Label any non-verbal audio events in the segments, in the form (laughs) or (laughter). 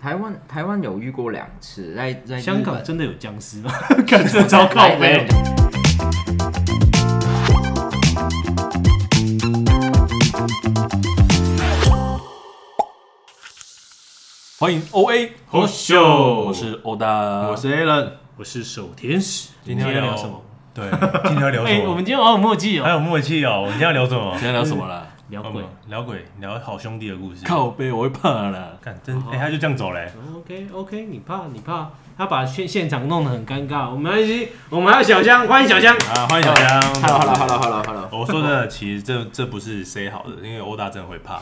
台湾台湾有遇过两次，在在日香港本真的有僵尸吗？ (laughs) 感觉糟糕来没有来。欢迎 O A 哦好哦秀我是欧达，我是 Alan，我是守天使，今天要要聊聊什么？对，今天要 (laughs) 聊哎，什我们么？今天好有默契还哦，有默契 (laughs) 哦，我们今天要聊什么今？天聊什么啦？聊嗯鬼。聊鬼，聊好兄弟的故事。靠背，我会怕啦。干，真哎，他就这样走嘞。 OK OK，你怕你怕，他把现现场弄得很尴尬。我们要一起，我们要小香，欢迎小香。啊，欢迎小香。 Hello，Hello，Hello，Hello，Hello，我说真的，其实这这不是 say 好的，因为欧达真的会 (laughs) 怕。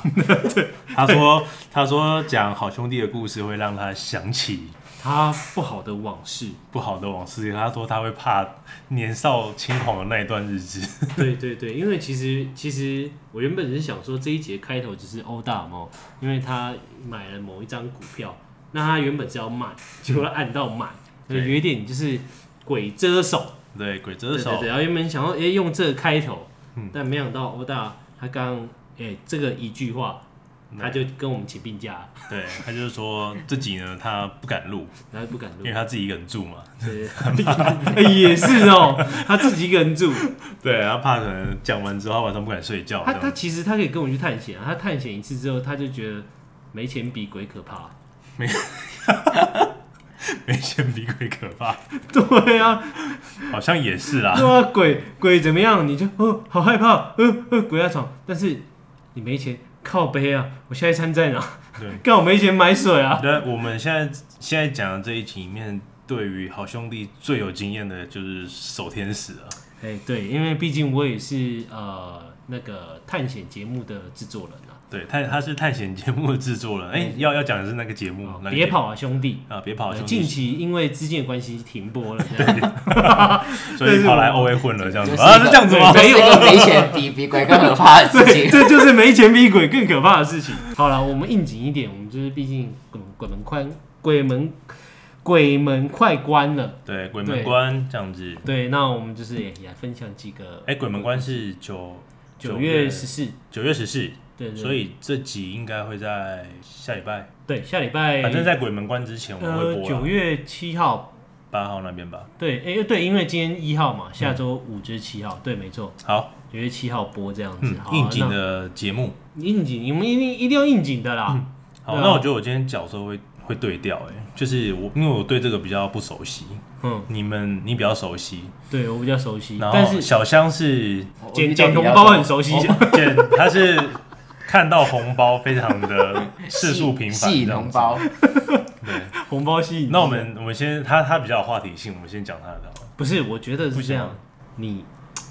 他说他说讲好兄弟的故事会让他想起他不好的往事，不好的往事，他说他会怕年少轻狂的那一段日子。 (laughs) 对对对，因为其实其实我原本是想说这一节开头就是欧大猫，因为他买了某一张股票，那他原本是要卖，结果按到买，就对有一点就是鬼遮手。对，鬼遮对对手对，，然后原本想要哎、诶用这个开头，嗯但没想到欧大他刚哎、诶这个一句话，他就跟我们请病假，对他就是说自己呢，他不敢录，然后不敢录因为，他自己一个人住嘛。 (laughs) 对对对也是哦，他自己一个人住，哦对，他怕可能讲完之后他晚上不敢睡觉。他这样他其实他可以跟我们去探险、啊，他探险一次之后，他就觉得没钱比鬼可怕。没钱比鬼可怕， (laughs) 对啊， (laughs) 好像也是啦。 (laughs) 对啊，鬼鬼怎么样？你就哦，好害怕，呃呃，鬼压床。但是你没钱，靠背啊！我下一餐在哪？对， (laughs) 干我没钱买水啊！那我们现在现在讲的这一集里面，对于好兄弟最有经验的就是守天使啊了。哎、对，因为毕竟我也是呃那个探险节目的制作人啊。对，他他是探险节目的制作人。哎、要要讲的是那个节目，嗯那个嗯别节目跑啊，兄弟！啊，别跑，呃兄近弟，期因为资金的关系停播了，这样所以跑来 O A 混了这样子是啊，是这样子吗？对没有一个没钱比比鬼更可怕 (laughs) 的事对，情。这就是没钱比鬼更可怕的事情。好了，我们应景一点，我们就是毕竟鬼鬼门关，鬼门鬼门快关了。对，鬼门关这样子。对，那我们就是也也分享几个哎、鬼门关是九九月十四，九月十四，对对，所以这集应该会在下礼拜，对下礼拜，反正在鬼门关之前我们会哎呃播九啦月七号，八号那边吧。对，哎、对，因为今天一号嘛，嗯下周五就是七号，对，没错，好，九月七号播这样子，嗯好，啊应景那的节目。应景，你们一定一定要应景的啦。好，对啊那我觉得我今天角色会会对调，哎，就是我因为我对这个比较不熟悉，嗯，你们你比较熟悉，对我比较熟悉，然但后是小香是哦我捡遇到捡比红较包多很熟悉。见他是看到红包非常 (laughs) 的次数频吸繁，这引样红子。包，对， (laughs) 红包吸引。那我们我们先他他比较有话题性，我们先讲他的好了。不是，我觉得是不这行样吗。你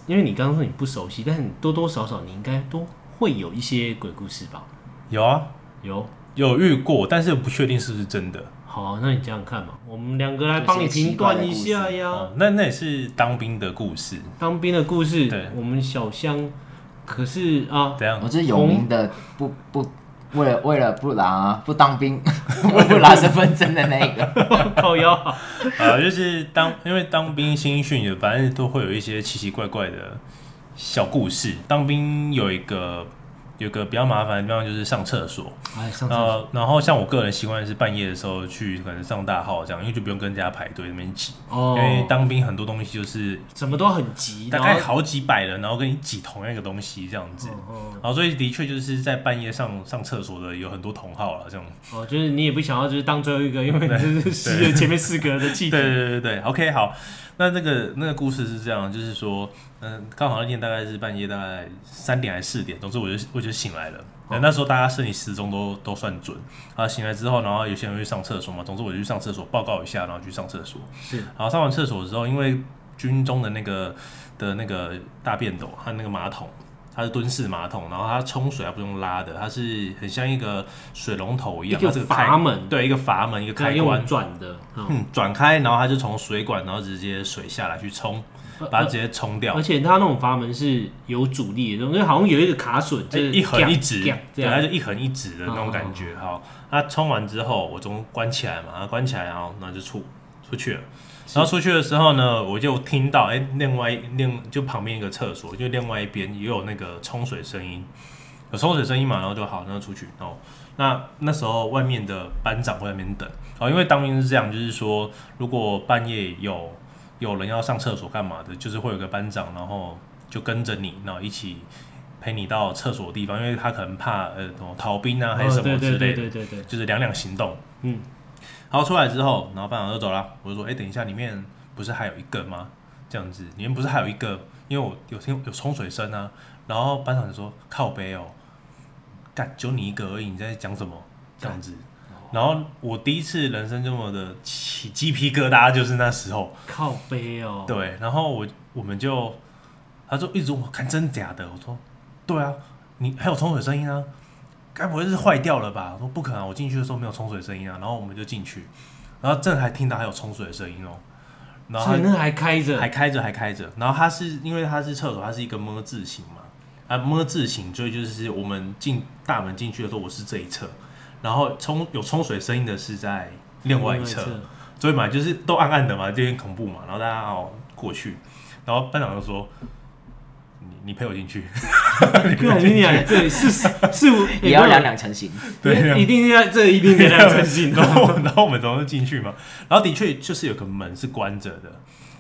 因为你刚刚说你不熟悉，但是你多多少少你应该都会有一些鬼故事吧？有啊，有。有遇过，但是不确定是不是真的。好，那你想想看嘛，我们两个来帮你评断一下呀。哦，那那也是当兵的故事，当兵的故事对，我们小香可是啊，怎样我？是有名的，不不，为了为了不拿不当兵，为不拿身份证的那一个，靠腰啊，呃，就是当因为当兵新训也反正都会有一些奇奇怪怪的小故事。当兵有一个有一个比较麻烦的地方就是上厕所，哎，上次呃，然后像我个人习惯是半夜的时候去可能上大号这样，因为就不用跟人家排队那边挤。因为哦，当兵很多东西就是什么都很急，大然概后好几百人，然后跟你挤同样一个东西这样子。哦然后所以的确就是在半夜上上厕所的有很多同号了这样。哦，就是你也不想要，就是当最后一个，因为你就是吸了前面四个的气对体。对对对，OK，好，那那个那个故事是这样，就是说，嗯、刚好那天大概是半夜大概三点还是四点，总之我就我就醒来了。哦呃那时候大家生理时钟都都算准啊。醒来之后，然后有些人会去上厕所嘛，总之我就去上厕所报告一下，然后去上厕所。是，然后上完厕所之后，因为军中的那个的那个大便斗和那个马桶，它是蹲式马桶，然后它冲水还不用拉的，它是很像一个水龙头一样，一个它是开阀门对，一个阀门，一个可以开关用。转的，嗯嗯，转开，然后它就从水管，然后直接水下来去冲，呃把它直接冲掉而，且它那种阀门是有阻力的，因为好像有一个卡榫，就是一横一直这样，这对，它样哦就一横一直的那种感觉。好，它冲完之后，我总关起来嘛，然后关起来，然后然后就出出去了。然后出去的时候呢，我就听到，哎，另外另就旁边一个厕所，就另外一边也有那个冲水声音，有冲水声音嘛，然后就好，那就出去，然后那那时候外面的班长会在那边等，哦，因为当兵是这样，就是说如果半夜有有人要上厕所干嘛的，就是会有个班长，然后就跟着你，然后一起陪你到厕所的地方，因为他可能怕呃什么逃兵啊还是什么哦之对类对的，对对对对，就是两两行动。嗯，然后出来之后，然后班长就走了，我就说，哎、等一下，里面不是还有一个吗？这样子，里面不是还有一个？因为我有听有冲水声啊。然后班长就说，靠背哦，干，就你一个而已，你在讲什么？这样子。然后我第一次人生这么的起鸡皮疙瘩，就是那时候。靠背哦，对，然后我我们就，他就一直问我看真假的，我说对啊，你还有冲水声音啊，该不会是坏掉了吧？我说不可能啊，我进去的时候没有冲水声音啊，然后我们就进去，然后正还听到还有冲水的声音哦，然后所以他那还开着，还开着还开着，然后它是因为它是厕所，它是一个么字形嘛，啊么字形，所以就是我们进大门进去的时候，我是这一侧，然后冲有冲水声音的是在另外一侧。所以嘛，就是都暗暗的嘛，就有点恐怖嘛。然后大家哦过去，然后班长就说：“你你陪我进去。 (laughs) 不然你俩这里是是是，也要两两成型，对一定要这一定得两成行 (laughs) 然动。后然后我们总是进去嘛。然后的确就是有个门是关着的，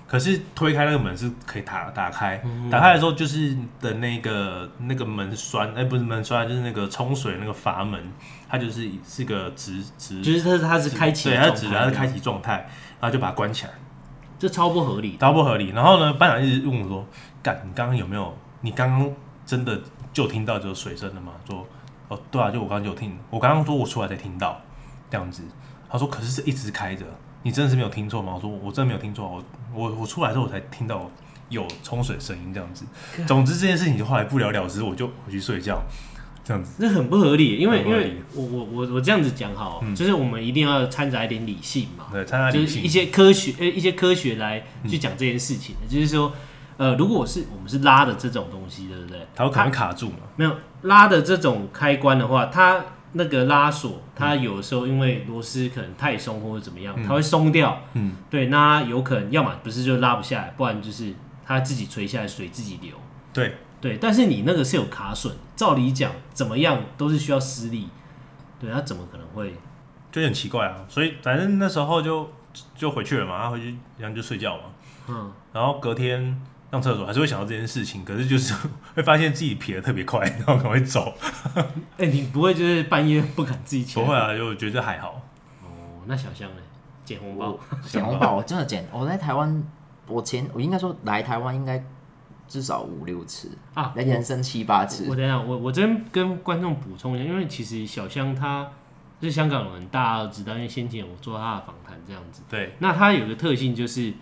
可是推开那个门是可以打打开，嗯打开的时候就是的那个那个门栓，哎、不是门栓，就是那个冲水那个阀门，它就是是个直直，其实它是它是开启对，的它状态，直的，它是开启状态，然后就把它关起来。这超不合理的。打不合理。然后呢，班长一直问我说：“干，你刚刚有没有？你刚刚真的就听到就是水声了吗？”说：“哦，对啊，就我刚刚就有听，我刚刚说我出来才听到，这样子。”他说：“可是是一直开着，你真的是没有听错吗？”我说：“我真的没有听错，我我我出来之后我才听到有冲水声音这样子。”总之这件事情就后来不了了之，我就回去睡觉，这样子。这很不合理，因为很不因合理为我我我我这样子讲好，就是我们一定要掺杂一点理性嘛，对，参加就嗯理是一性。嗯些科学呃一些科学来去讲这件事情，就是说呃，如果我是我们是拉的这种东西，对不对？他有可能卡住嘛？没有拉的这种开关的话，它那个拉锁，它有时候因为螺丝可能太松或者怎么样，它会松掉。嗯，对，那有可能要么不是就拉不下来，不然就是它自己垂下来，水自己流。对，对，但是你那个是有卡榫，照理讲怎么样都是需要施力。对，它怎么可能会？就很奇怪啊。所以反正那时候就就回去了嘛，他回去然后就睡觉嘛。嗯，然后隔天上厕所还是会想到这件事情，可是就是 (laughs) 会发现自己撇的特别快， (laughs) 然后赶快走。哎、你不会就是半夜不敢自己起不来？会啊，就我觉得还好。哦，那小象呢？捡红包哦我，捡红包我真的捡，我在台湾，我前我应该说来台湾应该至少五六次啊来人生七八我次，等一下，我我这边跟观众补充一下，因为其实小香他是香港人，大家都知道，因为先前我做他的访谈这样子。对，那他有个特性就是，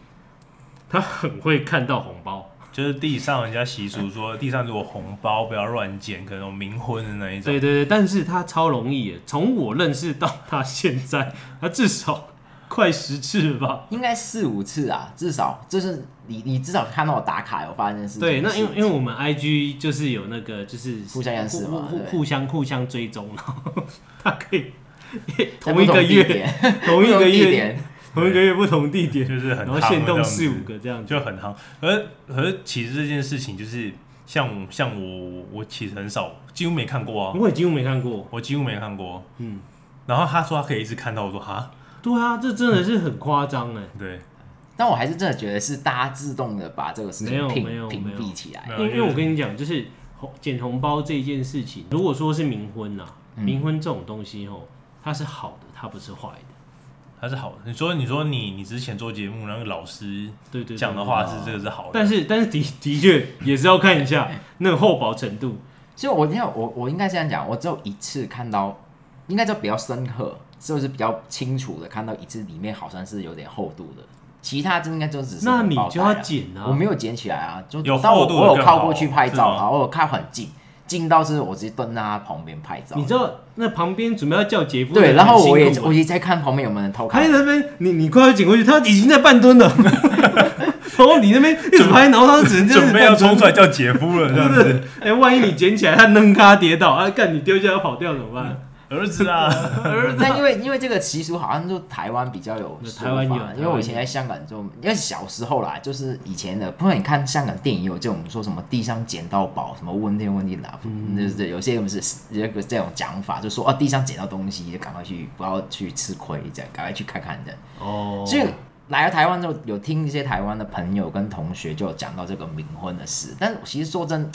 他很会看到红包，就是地上人家习俗嗯说，地上如果红包不要乱捡，可能有冥婚的那一种。对对对，但是他超容易耶，从我认识到他现在，他至少快十次了吧。应该四五次啊，至少就是你你至少看到我打卡有发现是，对，那因为因为我们 I G 就是有那个就是互相认识互嘛互对互相互相追踪，然后他可以在同一不个地 (laughs) 月点同一不个地月点，同一个月不同地点，就是很然后夯限的动这样四子五个这样子，就很夯。而而其实这件事情就是像像我我其实很少，几乎没看过哦啊，我也几乎没看过。我几乎没看过。嗯，然后他说他可以一直看到，我说哈，对啊，这真的是很夸张哎。对，但我还是真的觉得是大家自动的把这个事没有情屏没有屏没有蔽起来，没有哎因为因为我跟你讲，就是红捡红包这一件事情，如果说是冥婚啦，嗯冥婚这种东西哦，它是好的，它不是坏的。他是好的。你说你说你你之前做节目那个老师对对对讲的对话是这个是好的，但是但是的的确也是要看 (laughs) 一下那个厚薄程度。所以我你看我我应该这样讲，我只有一次看到，应该叫比较深刻，就是比较清楚的看到一次里面好像是有点厚度的，其他就应该就只是那你包袋就要了剪啊我没有捡起来啊，就有但我厚度的我有更靠好过去拍是照吗啊，我有靠很近，近到是我直接蹲在他旁边拍照，你知道那旁边准备要叫姐夫的对，人然后我也很辛苦哎我也在看旁边有没有人偷还看在，那边，你你快要捡过去，他已经在半蹲了。 (laughs) 然后你那边一直拍，然后他 (laughs) 只能这样准子备要半蹲冲出来叫姐夫了，这样对子。 (laughs) (laughs) 不对？哎、万一你捡起来，他扔咖跌倒，啊，干你丢下要跑掉怎么办？儿子啊，儿子但因为因为这个习俗好像就台湾比较有那说台湾有法台湾因为我以前在香港就，因为小时候啦，就是以前的，不然你看香港电影有这种说什么地上捡到宝，什么问天问地拿，嗯就是有些人是这个这种讲法，就说啊地上捡到东西就赶快去，不要去吃亏，这样赶快去看看的。哦，所以来到台湾之后，有听一些台湾的朋友跟同学就有讲到这个冥婚的事，但其实说真，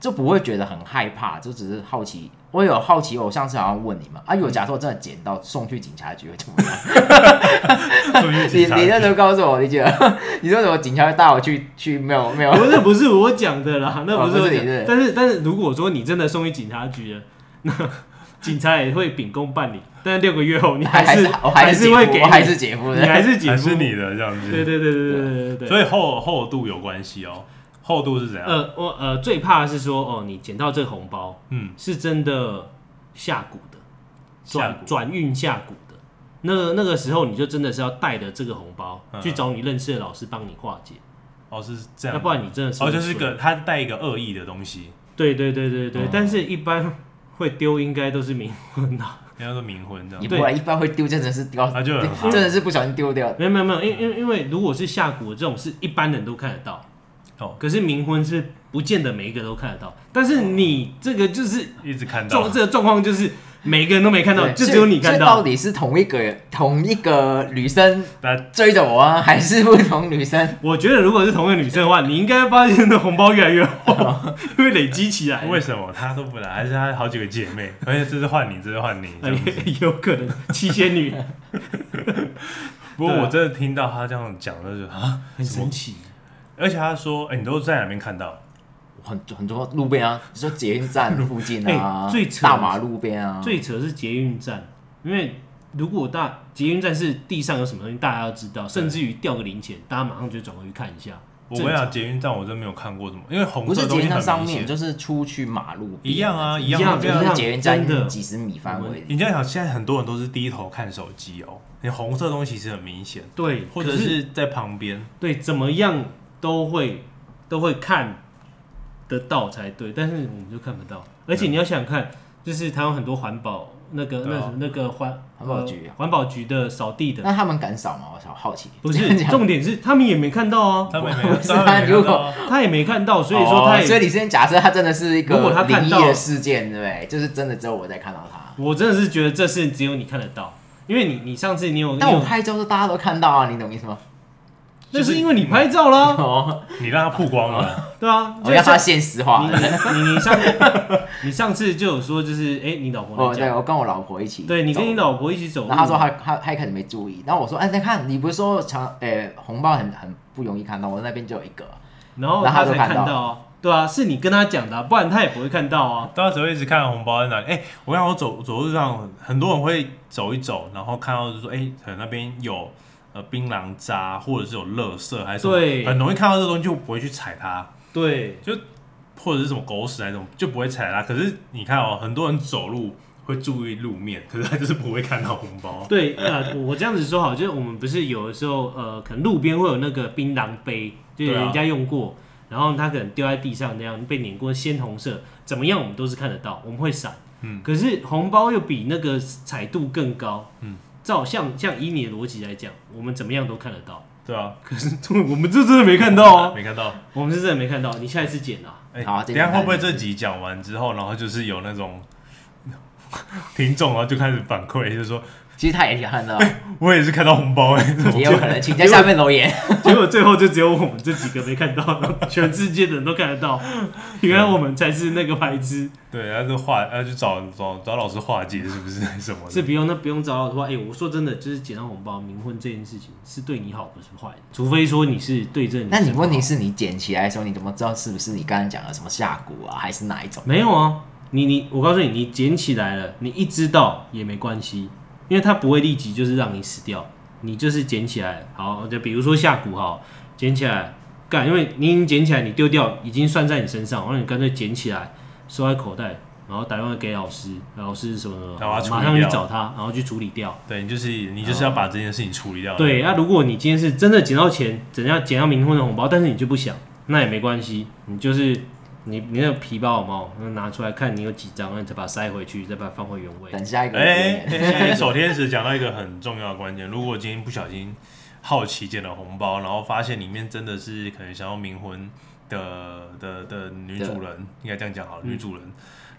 就不会觉得很害怕，就只是好奇。我有好奇，我上次好像问你嘛，嗯啊，有假设真的捡到送去警察局会怎么 (laughs) 样？你你那时候告诉我，你觉得你说什么？警察会带我去 (laughs) 去没有没有？不是不是我讲的啦，那不是我哦不是讲你的的。但是但是如果说你真的送去警察局了，那 (laughs) 警察也会秉公办理，但是六个月后你还是是我还是姐会夫，给我还是姐夫你还的。是姐还夫是你的这样子。对对对对对对对对。所以厚厚度有关系哦，厚度是怎样？呃，我呃最怕的是说哦，你捡到这个红包嗯，是真的下蛊的，下转蛊转运下蛊的。那那个时候你就真的是要带着这个红包嗯去找你认识的老师帮你化解，哦是这要样不，然你真的是哦会就是一衰个他带一个恶意的东西，对对对对对，嗯但是一般会丢应该都是冥婚 (laughs) 的、人家说冥婚这样你也。不然一般会丢，真的是丢，啊就很好真的是不小心丢掉。没有没有没有，因因因为如果是下蛊这种事，一般人都看得到。哦，可是冥婚是不见得每一个都看得到，但是你这个就是一直看到状，这个状况就是每个人都没看到，对就所以只有你看所以到到。底是同一个同一个女生那追着我啊，还是不同女生？我觉得如果是同一个女生的话，你应该发现那红包越来 (laughs) 越厚，因为累积起来。为什么他都不来？还是他好几个姐 (laughs) 妹？而且这是换你，这是换你。这哎啊样子也哎 (laughs) 有可能七仙 (laughs) 女不过对啊我真的听到他这样讲，就是啊，很神奇， (laughs) 而且他说，哎，你都在哪边看到？很很多路边啊，你说捷运站附近啊， (laughs) 哎最扯大马路边啊，最扯是捷运站，因为如果大捷运站是地上有什么东西，大家要知道，甚至于掉个零钱，大家马上就转过去看一下。我跟你讲，捷运站我真没有看过什么，因为红不色是的东捷西运站很上明面，显。就是出去马路边一样啊就是一样啊就一样是啊捷运站真的几十米范围你这样想，现在很多人都是低头看手机哦，你红色的东西其实很明显，对，或者可是在旁边。对怎么样都会都会看得到才对，但是我们就看不到。而嗯且你要想想看，就是台湾很多环保那个对那啊什么那个环环保局呃环保局的扫地的，那他们敢扫吗？我好好奇， (laughs) 不这样是讲重点是他们也没看到啊，他们没有，是他他们没如有果看到啊。他也没看到，所以说哦他所以也。你先假设他真的是一如果个他灵看异到的事件，对不对？就是真的只有我在看到他。我真的是觉得这事只有你看得到，因为你你上次你有，但你有我拍照是大家都看到啊，你懂意思吗？那是因为你拍照啦，哦，你让他曝光了，对啊，我要就他啊像现实化。你你你你上你上次就有说就是哎、你老婆哦，来对，讲，我跟我老婆一起走，对你跟你老婆一起走路，然后他说他他他一开始没注意，然后我说哎，那看你不是说常诶、红包很很不容易看到，我那边就有一个，然后然后他他就才看到到啊，对啊，是你跟他讲的啊、不然他也不会看到啊。大家只会一直看红包在哪里。哎、我看我走走路上，很多人会走一走，然后看到就说，哎、可能那边有呃槟榔渣，或者是有垃圾，还是什么对很容易看到这东西就不会去踩它，对，或者是什么狗屎那种就不会踩它。可是你看哦，很多人走路会注意路面，可是他就是不会看到红包。对，呃，我我这样子说好，就是我们不是有的时候，呃，可能路边会有那个槟榔杯，就是对啊人家用过，然后它可能丢在地上那样被碾过鲜红色，怎么样我们都是看得到，我们会闪。嗯可是红包又比那个彩度更高。嗯，照像像以你的逻辑来讲，我们怎么样都看得到。对啊，可是我们这真的没看到啊，没看到。 (laughs) 我们是真的没看到。你下一次捡 (laughs) 啊，哎、好等这一个下看会不会这集讲完之后，然后就是有那种 (laughs) 听众，然后就开始反馈，就说其实他也看到，我也是看到红包哎、 (laughs) 怎么也有可能，请在下面留言。结果最后就只有我们这几个没看到，然后全世界的人都看得到，原来我们才是那个白痴。对，然后就化，然后就找找找老师化解，是不是什么的？是不用，那不用找老的话，哎、我说真的，就是捡到红包冥婚这件事情是对你好，不是坏的，除非说你是对这个女那生不好。你问题嗯是你捡起来的时候，你怎么知道是不是你刚刚讲的什么下蛊啊，还是哪一种？没有啊？你你，我告诉你，你捡起来了，你一知道也没关系，因为它不会立即就是让你死掉，你就是捡起来，好，就比如说下蛊哈，捡起来干，因为你已经捡起来，你丢掉已经算在你身上，然后你干脆捡起来收在口袋，然后打电话给老师，老师什么什么然后把它处理马上去掉找他，然后去处理掉。对，你就是你就是要把这件事情处理掉。对，那、如果你今天是真的捡到钱，怎样捡到冥婚的红包，但是你就不想，那也没关系，你就是你你那个皮包有没有？那拿出来看你有几张，然后你再把它塞回去，再把它放回原位。等下一个留哎言，哎，守天使讲到一个很重要的关键，如果今天不小心好奇捡了红包，然后发现里面真的是可能想要冥婚的的的女主人，应该这样讲好了，女主人。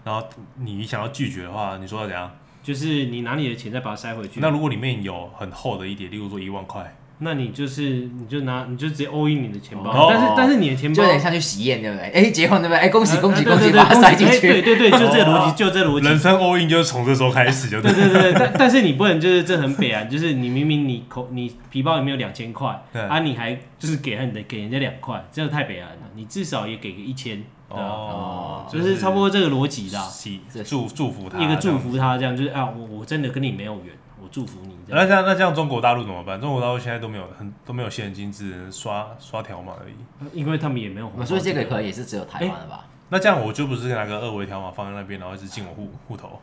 然后你想要拒绝的话，你说要怎样？就是你拿你的钱再把它塞回去。那如果里面有很厚的一叠，例如说一万块，那你就是你就拿你就直接 all in 你的钱包，哦但是但是你的钱就包有点像去喜宴，对不对？哎，结婚对不对？哎，恭喜恭喜啊恭对喜，对对把它塞进哎对去。对对，就这个逻哦辑，就这个逻辑。人生 all in 就是从这时候开始，就对对。对对，对但但是你不能就是这很北啊，就是你明明你口你皮包里面有两千块，对啊你还就是给人的给人家两块，这样太北岸了，你至少也给个一千，对啊哦，就是差不多这个逻辑的啊，喜祝祝福他一个祝。福他这样，就是啊我我真的跟你没有缘，我祝福你这那样。这样那这样中国大陆怎么办？中国大陆现在都没有很都没有现金，只能刷刷条码而已。因为他们也没有红我包，们说这个可能也是只有台湾的吧？那这样我就不是拿个二维条码放在那边，然后一直进我户户头。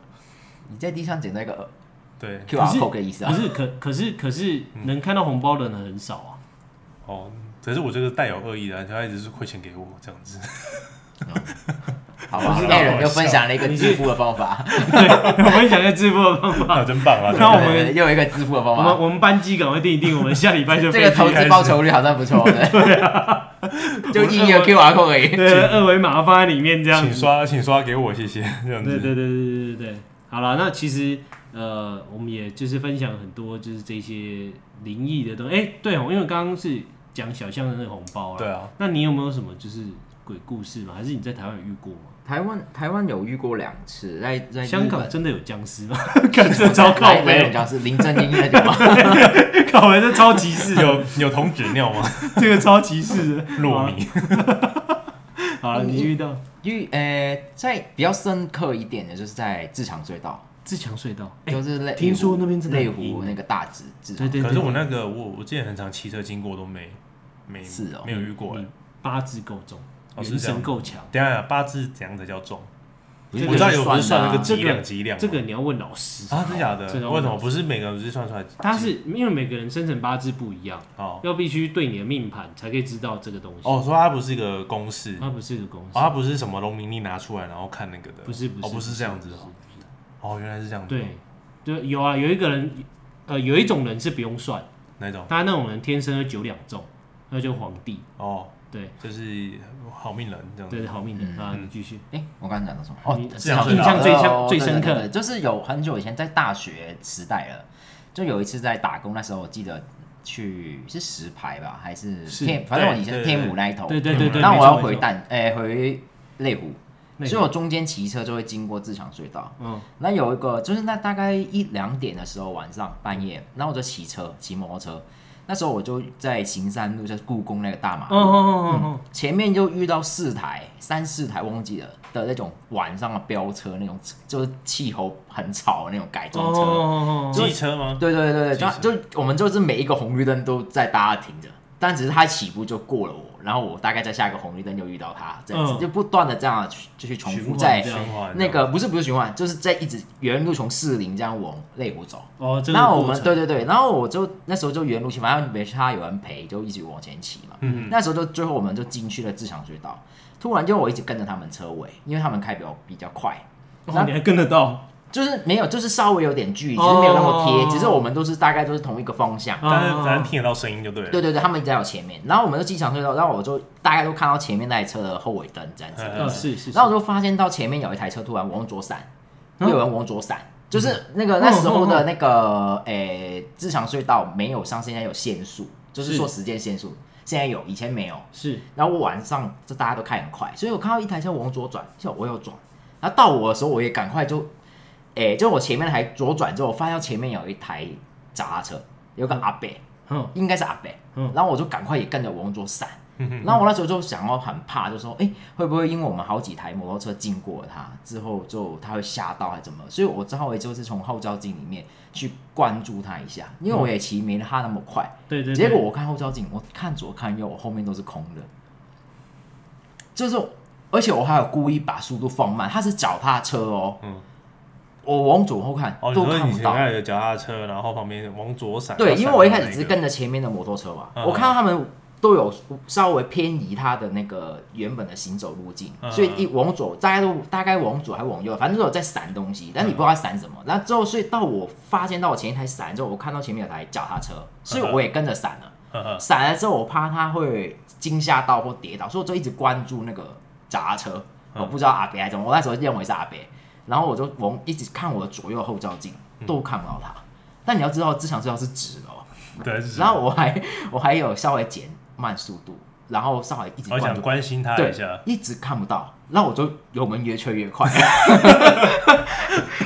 你在地上捡到一个对， QR 可是 code 的意思不啊？是可可是可是嗯能看到红包的人很少啊。 (laughs) 哦，可是我这个带有恶意的，他一直是汇钱给我 (laughs) 这样子。好吧哎不知，道那人我又笑分享了一个致富的方法，对，我们讲一下 (laughs) 致富的方法。那真棒啊！ (laughs) 那我们对对对又有一个致富的方我们法。我们班机赶快定一定，我们下礼拜就啊这个飞机投开资始报酬率好像不错 (laughs) 的，就印一个 QR code 而已。啊对二维码放在里面这样请子。刷，请刷给我，谢谢。这样对子，对对对对对对，好了，那其实呃，我们也就是分享很多就是这些灵异的东西。哎、对哦，因为刚刚是讲小象的那个红包啊，对啊，那你有没有什么就是鬼故事吗？还是你在台湾有遇过吗？台湾台湾有遇过两次，在在日香港 (laughs) 本真的有僵尸吗？感觉超靠哪一种北，僵尸？林正英那种吗？靠北这超歧视，有有童纸尿吗？ (laughs) 这个超歧视的。糯米。好了，你遇到因为呃，在比较深刻一点的，就是在自强隧道，自强隧道，哎、就是内听说那边真的很内湖阴那个大直自对强，对对，可是我那个我我之前很常骑车经过都没没是哦没有遇过哎你。八字够重，哦是元这样神够强。等一下八字怎样才叫重？我这我个知道有不算是算那个啊几这两个几两吗这个你要问老师，啊，真假的？这个为什么不是每个人都是算出来？他是因为每个人生辰八字不一样，哦要必须对你的命盘才可以知道这个东西。啊哦，说它不是一个公式，它不是一个公哦式，它不是什么农民历拿出来然后看那个的，不是不是哦不是这样子哦，哦原来是这样子，对，就有啊，有一个人，呃，有一种人是不用算，哪种？他那种人天生就九两重，那就皇帝，哦，对，就是好命人这样子，对，好命嗯的啊，你继续。哎，我刚刚讲到什么？哦你，自强隧印道象最深哦最对深对对刻对就是有很久以前在大学时代了，就有一次在打工，那时候我记得去是石牌吧，还是是天，反正我对以前对天母那一头，对对对对，那没我错要没回错淡，哎，回内湖，那所个以我中间骑车就会经过自强隧道。嗯，那有一个就是那大概一两点的时候晚上半夜，然后我就骑车骑摩托车，那时候我就在行山路，就是故宫那个大马路，哦哦哦嗯哦，前面就遇到四台三四台忘记了的那种晚上的飙车那种，就是气候很吵的那种改哦装车。哦哦哦，机车吗？对对对对，其就实就我们就是每一个红绿灯都在大家停着，但只是他起步就过了我，然后我大概在下一个红绿灯又遇到他，这样子、嗯就不断的这样去就去重循复环在这循样环那个不是不是循环，就是在一直原路从士林这样往内湖走。哦，这个那我过们程对对对，然后我就那时候就原路骑，反正没他有人陪，就一直往前骑嘛。嗯那时候就最后我们就进去了自强隧道，突然就我一直跟着他们车尾，因为他们开比较比较快，哦，你还跟得 (laughs) 到，就是没有就是稍微有点距离，只是没有那么贴，哦只是我们都是大概都是同一个方向。但是啊反正听得到声音就对对了，对对，他们一直在我前面，然后我们就进长隧道，然后我就大概都看到前面那台车的后尾灯嗯这样子，哦是是，是然后我就发现到前面有一台车突然往左闪，嗯又有人往左闪，就是那个那时候的那个诶自强隧道没有像现在有限速，就是是说时间限速，现在有，以前没有。是然后我晚上这大家都开很快，所以我看到一台车往左转，就我有转，然后到我的时候我也赶快就，诶、就我前面还左转之后，我发现前面有一台脚踏车，有个阿伯，嗯应该是阿北，嗯然后我就赶快也跟着往左闪，嗯然后我那时候就想要很怕，就说，哎、会不会因为我们好几台摩托车经过他之后，就他会吓到还是怎么？所以我之后也就是从后照镜里面去关注他一下，因为我也骑没他那么快，对对，对结果我看后照镜，我看左看右，我后面都是空的，就是，而且我还有故意把速度放慢，他是脚踏车哦，嗯我往左后看、哦，你都说看你不前到，面有脚踏车，然后旁边往左闪，对，要闪因为我一开到始哪只是个跟着前面的摩托车嘛，嗯我看到他们都有稍微偏移它的那个原本的行走路径，嗯所以一往左，大家都大概往左还往右，反正都有在闪东西，嗯但你不知道它闪什么。那之后，所以到我发现到我前一台闪之后，我看到前面有台脚踏车，所嗯以我也跟着闪了。呵呵闪了之后，我怕它会惊吓到或跌倒，所以我就一直关注那个脚踏车。嗯我不知道阿北还怎么，我那时候认为是阿北，然后我就往一直看我的左右后照镜，嗯都看不到他。但你要知道，自强车道是直的哦。 (laughs) 对，是然后我还我还有稍微减慢速度，然后稍微一直我关想注，关心他对一下，，一直看不到，然后我就油门越吹越 (laughs) 快。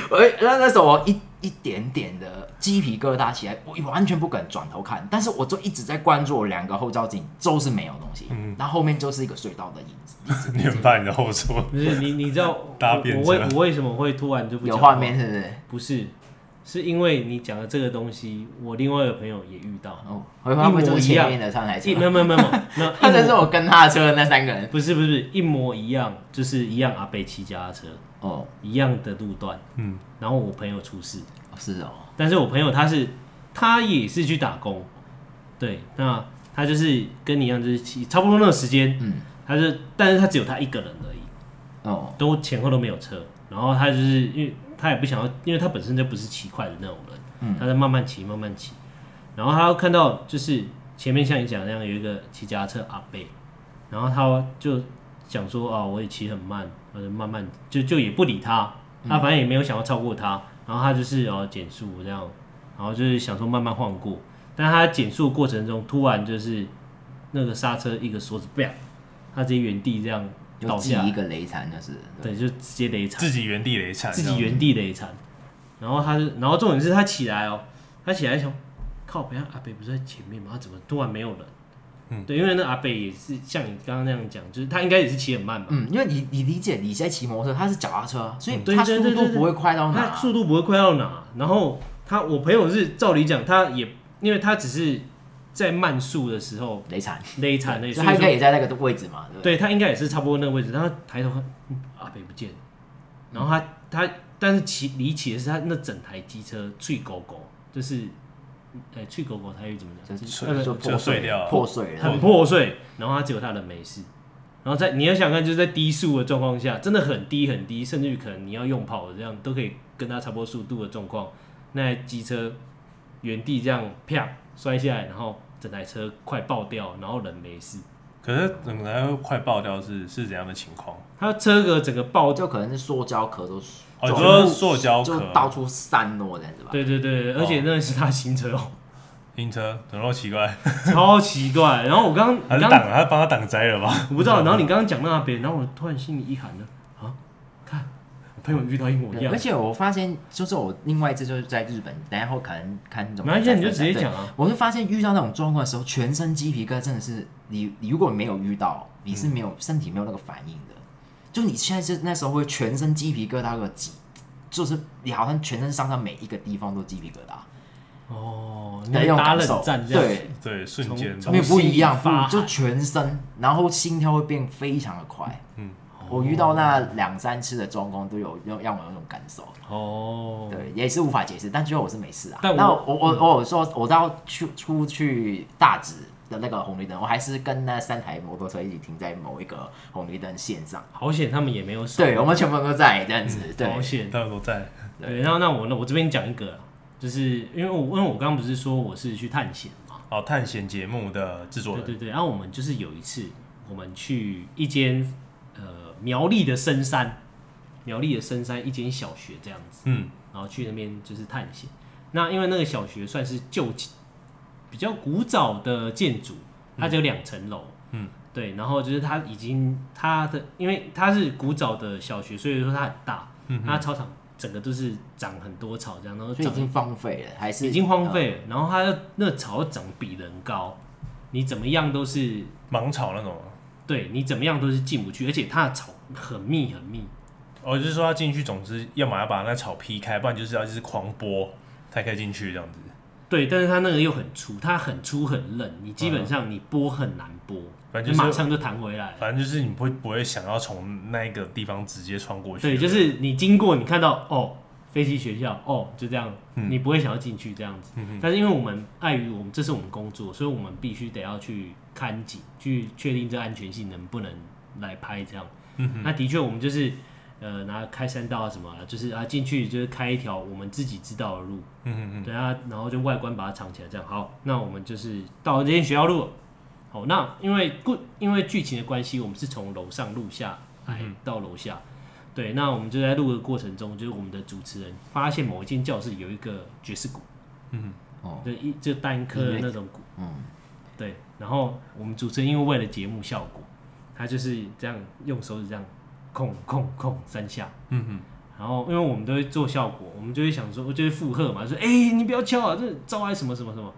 我那那时候我一一点点的鸡皮疙瘩起来，我完全不敢转头看，但是我就一直在关注我两个后照镜，都是没有东西，嗯然后后面就是一个隧道的影子，一直你很怕你的后座， (laughs) 不是你，你知道我搭便我车为我为什么会突然就不有讲话画面？是不是？不是，是因为你讲的这个东西，我另外一个朋友也遇 (laughs) 到。哦，会不会就是一模一样前面的上台车一？没有没有没有没有， (laughs) 他一模这是我跟他的车的那三个人。不是不是一模一样，就是一样阿贝骑脚踏车，哦，一样的路段，嗯，然后我朋友出事，是哦，但是我朋友他是他也是去打工，对，那他就是跟你一样，就是骑差不多那个时间，嗯，他就但是他只有他一个人而已，哦，都前后都没有车，然后他就是因为他也不想要，因为他本身就不是骑快的那种人，嗯他在慢慢骑慢慢骑，然后他看到就是前面像你讲的那样有一个骑脚踏车阿伯，然后他就想说啊我也骑很慢，我就慢慢就就也不理他，嗯他反正也没有想要超过他，然后他就是哦减速这样，然后就是想说慢慢晃过，但他减速过程中突然就是那个刹车一个锁子 b 他直接原地这样就倒自己下来一。个雷残就是。对，就直接雷惨，自己原地雷惨，自己原地雷惨。然后他就，然后重点是他起来哦，他起来想，靠，北阿北不是在前面吗？他怎么突然没有人？嗯对，因为那阿北也是像你刚刚那样讲，就是他应该也是骑很慢吧，嗯，因为你你理解你在骑摩托车，它是脚踏车，所以嗯对它对速对度对不会快到哪。他速度不会快到哪。然后他，我朋友是照理讲，他也因为他只是在慢速的时候雷惨，勒惨的，所所以它以应该说也在那个位置嘛，对不对？对他应该也是差不多那个位置。然后他抬头看，嗯阿北不见了。然后他他，但是骑离奇的是，他那整台机车脆狗狗，就是，呃、脆狗狗台语怎么讲？就是呃就就破碎碎掉了破碎了。很破碎。然后他只有他人没事。然后在你要想看，就是在低速的状况下，真的很低很低，甚至于可能你要用跑的这样都可以跟他差不多速度的状况，那台机车原地这样啪摔下来，然后整台车快爆掉，然后人没事，可是整个人快爆掉是是怎样的情况？他车格整个爆掉。就可能是塑胶壳都哦，你就说塑胶就壳、到处散落这样子吧。对对对，对而且那是他新车哦， (laughs) 晕车，怎么那么奇怪？超奇怪。然后我刚还你刚是挡了，他帮他挡摘了 (laughs) 吧？我不知道。然后你刚刚讲那边，然后我突然心里一喊呢，啊，看我朋友遇到一模一对样而，且我发现，就是我另外一次就是在日本，然后可能看这种，没关系你就直接对讲啊。我就发现遇到那种状况的时候，全身鸡皮疙瘩，真的是你，你如果没有遇到，你嗯是没有、身体没有那个反应的。就你现在是那时候会全身鸡皮疙瘩个几，就是你好像全身上下每一个地方都鸡皮疙瘩，哦，的那你种打感冷受战，这样子对，对，瞬间从没有不一样，从心里发不就全身，然后心跳会变非常的快。嗯，我遇到那两三次的状况都有让让我有那种感受。哦，对，也是无法解释，但最后我是没事啊。但我嗯那我我我有说，我到去出去大直的那个红绿灯，我还是跟那三台摩托车一起停在某一个红绿灯线上。好险他们也没有手，对，我们全部人都在这样子。对，好险。他们都在，对，然后那我那我这边讲一个啊，就是因为我因为我刚刚不是说我是去探险嘛，哦，探险节目的制作对人，对对，然后我们就是有一次我们去一间呃苗栗的深山，苗栗的深山一间小学这样子。嗯，然后去那边就是探险。那因为那个小学算是旧起，比较古早的建筑，它只有两层楼。嗯，对。然后就是它已经它的，因为它是古早的小学，所以说它很大。嗯，它操场整个都是长很多草这样，然后所以已长经荒废了，还是啊已经荒废了。然后它的那草长比人高，你怎么样都是芒草那种。对你怎么样都是进不去，而且它的草很密很密。哦，就是说他进去，总之要么要把那草劈开，不然就是要就是狂拨才可以进去这样子。对，但是它那个又很粗，它很粗很嫩，你嗯基本上你剥很难剥，反你正就是马上就弹回来了。反正就是你不会不会想要从那一个地方直接穿过去。对，就是你经过，你看到哦，飞机学校哦，就这样，嗯你不会想要进去这样子。但是因为我们碍于我们这是我们工作，所以我们必须得要去看紧，去确定这安全性能不能来拍这样。嗯那的确我们就是呃拿开山道啊什么啊，就是啊进去就是开一条我们自己知道的路，嗯嗯嗯，对啊，然后就外观把它藏起来这样。好，那我们就是到这间学校录了。好，那因为故因为剧情的关系，我们是从楼上录下来到楼下。对，那我们就在录的过程中，就是我们的主持人发现某一间教室有一个爵士鼓，嗯哦，就一就单颗的那种鼓，嗯，对。然后我们主持人因为为了节目效果，他就是这样用手指这样控控控三下，嗯嗯，然后因为我们都会做效果，我们就会想说，就会附和嘛，说哎、你不要敲啊，这招来什么什么什么。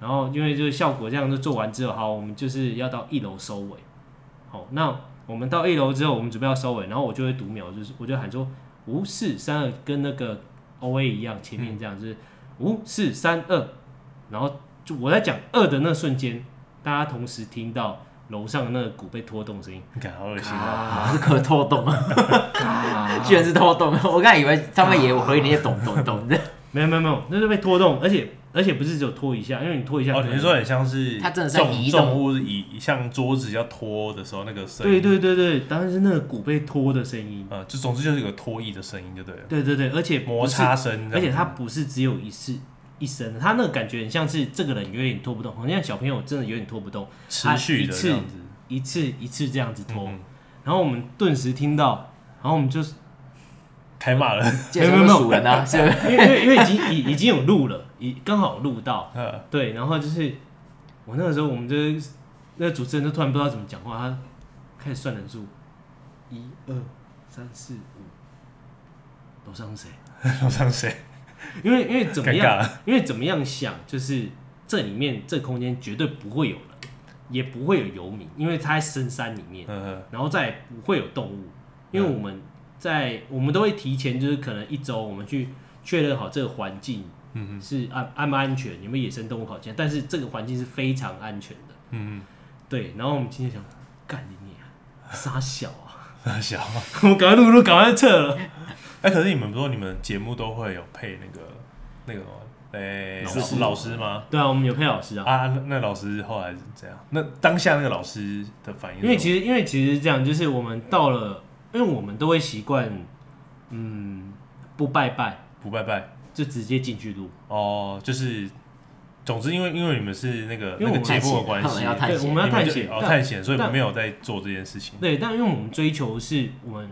然后因为就是效果这样就做完之后，好，我们就是要到一楼收尾。好，那我们到一楼之后，我们准备要收尾，然后我就会读秒，就是我就喊说五四三二，跟那个 O A 一样，前面这样、就是五四三二，然后就我在讲二的那瞬间，大家同时听到楼上的那个鼓被拖动的声音，你看好恶心啊！啊，是可偷动 (laughs) 啊，居然是偷动，我刚才以为他们也回那些咚 (laughs) 咚咚的，没有没有没有，那是被拖动，而且而且不是只有拖一下，因为你拖一下，哦，你是说很像是它真的在重移动重物移像桌子要拖的时候那个声对音，对对对，当然是那个鼓被拖的声音，呃，就总之就是有个拖曳的声音就对了，对对对，而且不是摩擦，声这样，而且它不是只有一次一声，它那个感觉很像是这个人有点拖不动，好像小朋友真的有点拖不动，持续它一的这次样子，一次一次这样子拖，嗯然后我们顿时听到，然后我们就是。开 (laughs) 骂了，这是数人啊，是不是？因为因为因为已经已已经有录了，已刚好录到嗯，对，然后就是我那个时候，我们就是那个主持人就突然不知道怎么讲话，他开始算人数，一二三四五，楼上是谁？楼上 (laughs) 谁？因为因为怎么尴样？因为怎么样想，就是这里面这空间绝对不会有人，也不会有游民，因为它在深山里面，嗯，然后再也不会有动物，因为我们在我们都会提前，就是可能一周我们去确认好这个环境，嗯是安安不安全，有没有野生动物好像，但是这个环境是非常安全的，嗯对。然后我们今天想，干你娘，傻小啊，嗯小。 (laughs) 我们赶快录一录，赶快撤了，哎，可是你们不是说你们节目都会有配那个那个什么？哎，老师老师吗？对啊，我们有配老师啊，啊，那那老师后来是怎样？那当下那个老师的反应是什么，因为其实因为其实是这样，就是我们到了，因为我们都会习惯，嗯，不拜拜不拜拜就直接进去录。哦，就是，总之因为因为你们是那个因为那我个们节目的关系，他们要探对，险我们要探险你们就，哦但探险，所以但没有在做这件事情。对，但因为我们追求是我们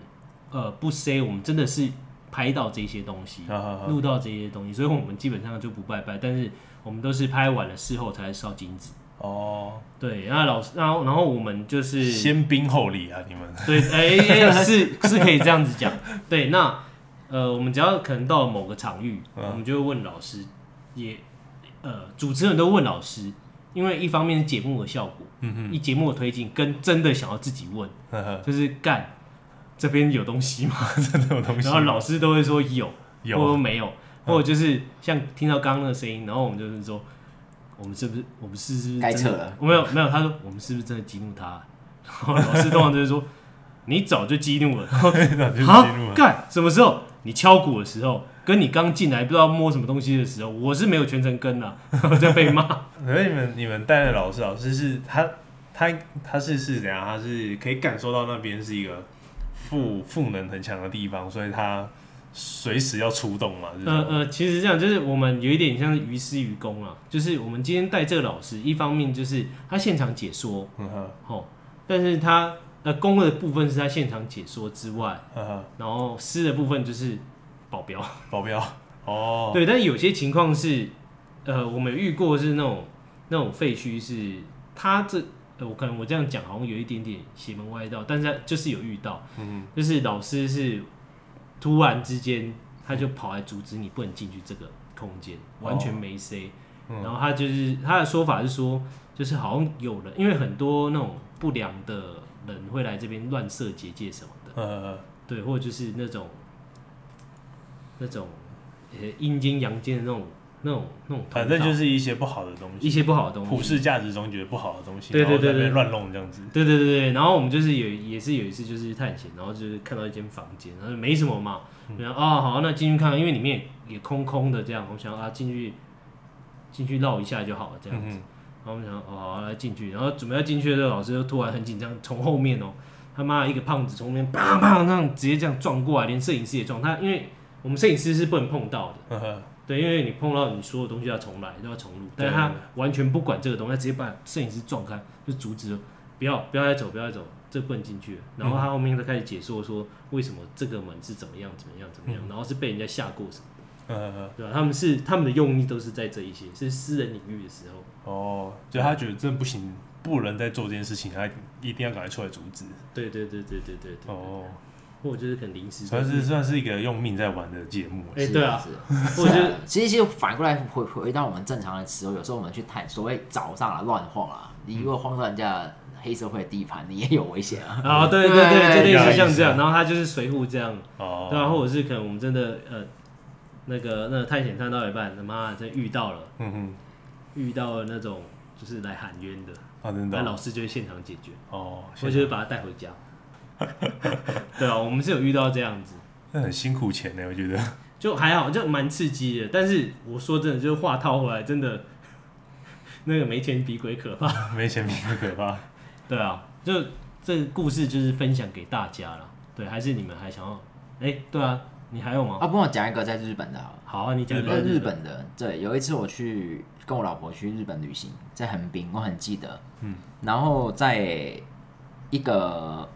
呃不 say，我们真的是拍到这些东西，好好好录到这些东西，所以我们基本上就不拜拜，但是我们都是拍完了事后才烧金纸。哦，对，然后老师，然后然后我们就是先兵后礼啊，你们 (laughs) 对，哎、哎是是可以这样子讲。对，那呃，我们只要可能到某个场域，嗯我们就会问老师，也呃，主持人都问老师，因为一方面是节目的效果，嗯嗯，一节目的推进跟真的想要自己问，呵呵就是干这边有东西吗？这种东西然后老师都会说有，或者有嗯说没有，或者就是像听到刚刚那个声音，然后我们就是说，我们是不是我们是不是该真的撤了？没有没有，他说我们是不是真的激怒他、 (laughs) 然后老师通常就是说，你早就激 (laughs) 怒了，然后那就是激怒啊了，干什么时候？你敲鼓的时候，跟你刚进来不知道摸什么东西的时候，我是没有全程跟 (laughs) 的、然后就被骂。可是你们你们带的老师，老师是他他他是是怎样？他是可以感受到那边是一个负负能很强的地方，所以他随时要出动嘛， (laughs) 是这啊呃样呃，其实这样就是我们有一点像是于私于公啊，就是我们今天带这个老师，一方面就是他现场解说，嗯哼哦，但是他呃公的部分是在现场解说之外，呵呵，然后私的部分就是保镖。啊保镖哦，对，但有些情况是，呃，我们有遇过是那种那种废墟是，他这、呃我可能我这样讲好像有一点点邪门歪道，但是它就是有遇到，嗯，就是老师是突然之间他就跑来阻止你不能进去这个空间，完全没 say，、然后他就是他的说法是说，就是好像有人因为很多那种不良的人会来这边乱设结界什么的。呃对，或者就是那种那种呃阴间阳间的那种那种那种通反道，正就是一些不好的东西，一些不好的东西，普世价值中觉得不好的东西，对对然后在对那边对乱弄这样子。对对对对，然后我们就是有也是有一次就是探险，然后就是看到一间房间，然后没什么嘛，嗯然后啊、好，那进去看看，因为里面也也空空的这样，我们想啊进去进去绕一下就好了这样嗯子，哼，然后我们想哦好来进去，然后准备要进去的时候，老师就突然很紧张，从后面哦他妈一个胖子从后面砰砰那样直接这样撞过来，连摄影师也撞他，因为我们摄影师是不能碰到的。呵呵对，因为你碰到你所有东西要重来，都要重录，但对是他完全不管这个东西，他直接把摄影师撞开，就阻止了，不要不要再走，不要再走，这不能进去了。然后他后面就开始解说说为什么这个门是怎么样怎么样怎么样，然后是被人家吓过什么，呵呵，对吧、他们是他们的用意都是在这一些，是私人领域的时候，哦，就他觉得真的不行，不能再做这件事情，他一定要赶快出来阻止。对对对对对对对，哦，或者就是很临时的，算是算是一个用命在玩的节目。哎是对啊，是或者是就啊 (laughs) 是其实其实反过来回回到我们正常的时候，有时候我们去探所谓早上啊乱晃啊，你如果晃到人家黑社会的地盘，你也有危险 (laughs) 啊。啊对对对对，就对类对似像对这样，然后他就是随户这样。哦，对啊，或者是可能我们真的呃，那个那个探险探到一半，他妈真遇到了，嗯哼，遇到了那种就是来喊冤的，啊，真的那哦老师就会现场解决，哦，或者就是把他带回家。 (laughs) 对啊，我们是有遇到这样子，那很辛苦钱呢，我觉得。 (laughs) 就还好，就蛮刺激的。但是我说真的，就是话套回来，真的那个没钱比鬼可怕。没钱比较可哦怕。对啊，就这个故事就是分享给大家了。对，还是你们还想要？哎、对啊，你还有吗？啊，不过我讲一个在日本的好了。好啊，你讲日讲本日本的，对，有一次我去跟我老婆去日本旅行，在横滨，我很记得，嗯，然后在一个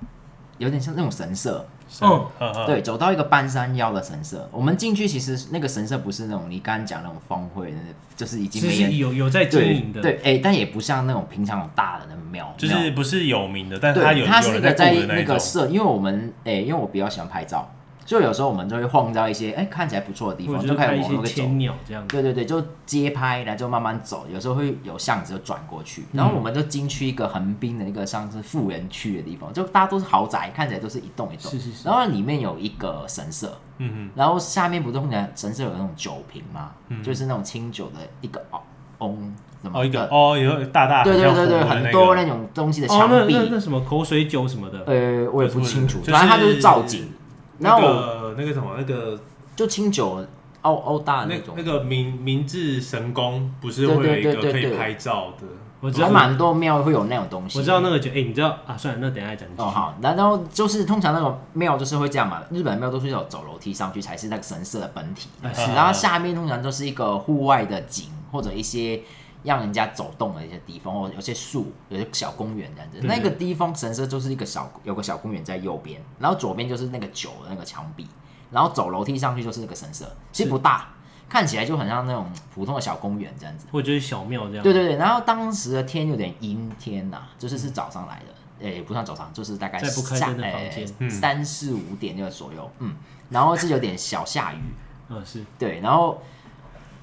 有点像那种神社，嗯呵呵，对，走到一个半山腰的神社，我们进去其实那个神社不是那种你刚刚讲那种峰会，就是已经其没实人有有在经对营的，对，哎、但也不像那种平常有大的那种庙，就是庙不是有名的，但是他对，有它有是一人个在在顾的那那一种个。社，因为我们哎、因为我比较喜欢拍照，就有时候我们就会晃到一些哎、看起来不错的地或方，者就开拍始一往些那个走。千鸟这样子。对对对，就街拍，然后就慢慢走，有时候会有巷子就转过去，然后嗯我们就进去一个横滨的一个像是富人区的地方，就大家都是豪宅，看起来都是一栋一栋，是是是然后里面有一个神社，嗯然后下面不是通常神社有那种酒瓶吗？就是那种清酒的一个哦瓮，怎么哼，嗯哦一个哦有大大对对对对，很像火的很多那那个种东西的哦，那墙壁，那那什么口水酒什么的，呃，我也不清楚，就是反正它就是造景，然那后我个那个什么那个就清酒欧欧大的那那种那。个明明治神宫不是会有一对对个对可对以对拍照的，我知还道那，蛮多庙会有那种东西，我知道那个酒，哎，你知道啊？算了，那等一下再讲。哦好，然后就是通常那种庙就是会这样嘛，日本庙都是有走楼梯上去才是那个神社的本体，哎是然后下面通常就是一个户外的景或者一些让人家走动的一些地方，或者有些树、有些小公园这样子。对那个地方神社就是一个小有个小公园在右边，然后左边就是那个酒的那个墙壁，然后走楼梯上去就是那个神社，其实不大，看起来就很像那种普通的小公园这样子。或者就是小庙这样。对对对，然后当时的天有点阴天呐、就是是早上来的，诶、不算早上，就是大概在不开下灯的房诶间嗯三四五点这个左右，嗯，然后是有点小下雨，嗯是，对，然后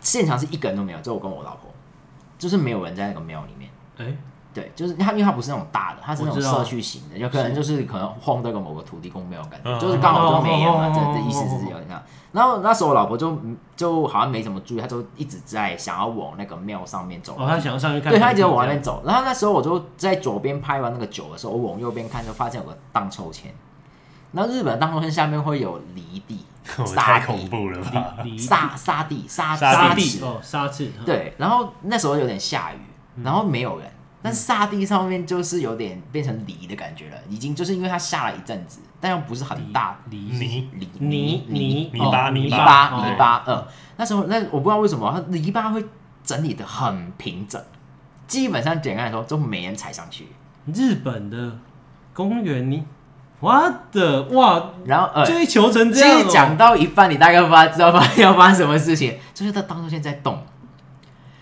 现场是一个人都没有，就我跟我老婆，就是没有人在那个庙里面。哎，对，就是它，因为它不是那种大的，它是那我种知道社区型的，有可能就是可能晃到一个某个土地公庙的感觉，嗯就是刚好就没了嘛，哦这哦哦这意思是有点像。然后那时候我老婆就就好像没怎么注意，她就一直在想要往那个庙上面走，哦，他想要上去看，对他一直往那边走，然后那时候我就在左边拍完那个酒的时候，我往右边看就发现有个荡秋千，然后日本的荡秋千下面会有犁地、 (laughs) (laughs) 我沙太恐地、怖了吧？离沙沙地、沙沙池地，哦，沙地，嗯，对，然后那时候有点下雨，嗯然后没有人，但沙地上面就是有点变成泥的感觉了，已经就是因为它下了一阵子，但又不是很大，离泥泥泥泥泥巴哦泥泥巴巴哦泥巴，嗯，那时候那我不知道为什么它泥巴会整理的很平整，基本上简单来说就没人踩上去。日本的公园，你我的哇，然后呃，追求成其这样实哦，讲到一半，你大概发知道发要发生什么事情，就是它当中现在动，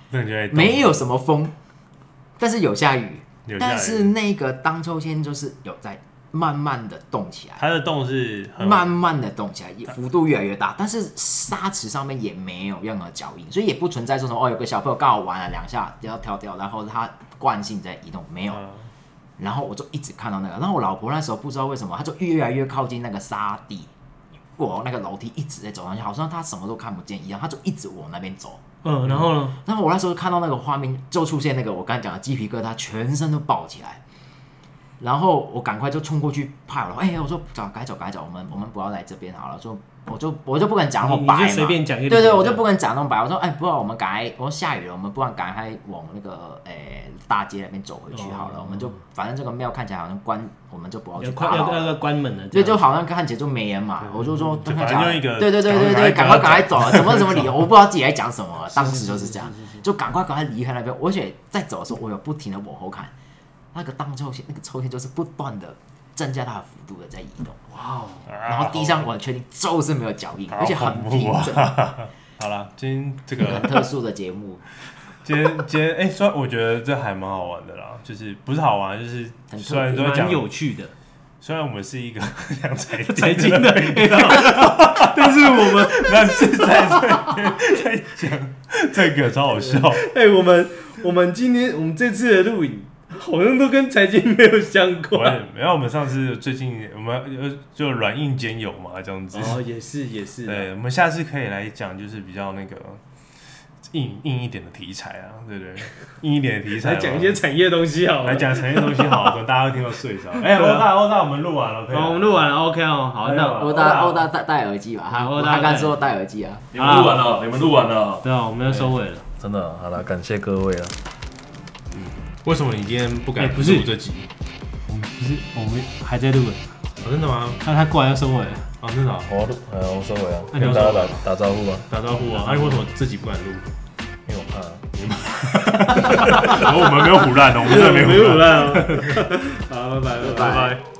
那你就会懂没有什么风，但是有下雨，有下雨但是那个荡秋千就是有在慢慢的动起来。它的洞是很啊慢慢的动起来，也幅度越来越大，但是沙池上面也没有任何脚印，所以也不存在说什么哦，有个小朋友刚好玩了两下，然后跳掉，然后他惯性在移动，没有。嗯然后我就一直看到那个，然后我老婆那时候不知道为什么，她就越来越靠近那个沙地，我那个楼梯一直在走上去，好像她什么都看不见一样，她就一直往那边走。嗯，然后呢？然后我那时候看到那个画面，就出现那个我刚才讲的鸡皮疙瘩，全身都爆起来。然后我赶快就冲过去怕了，哎、我说走，改走，改走，我们我们不要来这边好了。说我就我就不敢讲那你么你白嘛，就随便讲一个理对由对，我这就样不敢讲那么白。我说哎、不然我们改，我说下雨了，我们不然改还往那个哎、大街那边走回去好了。哦我们就反正这个庙看起来好像关，我们就不要去要打扰关要了要要关门了，对，这就 (laughs) 样好像看起来就没人嘛，我就说就看反起正来用一个对对对赶对快 (laughs) 对，赶快赶快赶走啊，什么什么理由，我不知道自己在讲什么，当时 (laughs) 就是这样，就赶快赶快离开那边，而且在走的时候，我有不停的往后看，那个荡秋千，那个抽签就是不断的增加它的幅度的在移动，然后地上我确定就是没有脚印，啊好而且很恐平怖啊整，好啦，今天这很个特殊的节目， (laughs) 今天今天哎，虽然我觉得这还蛮好玩的啦，就是不是好玩，就是很特别虽然都在讲蛮，有趣 (laughs) 的。虽然我们是一个 (laughs) 两财财经的的，哎但是我们 (laughs) 但是在这在讲这个超好笑， (laughs) 哎、我们我们今天我们这次的录影好像都跟财经没有相我也关。没有，我们上次最近我们呃就软硬兼有嘛，这样子。哦，也是也是， (laughs) 对，我们下次可以来讲，就是比较那个硬硬一点的题材啊，对不对？硬一点的题材来嘛，讲一些产业东西好了。来讲产业东西好了，可能大家会听 (laughs) 到睡着。哎，欧对啊大欧大，我们录完了，啊可以好，我们了。录完了，OK 哦，好，哎那呦欧大欧大戴戴耳机吧，他欧大他刚戴说戴耳机啊，你们录完了，你们录完了，对啊，我们要收尾了。真的好了，感谢各位啊了。为什么你今天哎不哎敢不是录这集？不是，我们还在录，哦真的吗？那他过来要收尾了。啊，真哦的啊，我要录，呃，我收尾啊，那你要跟收大尾家打打招呼哦啊，打招呼啊！哎，为什么这集不敢 (laughs) 录？因为我怕。我们没有胡乱的，我们真的没有胡乱。了。好，拜拜，拜拜拜拜。拜拜。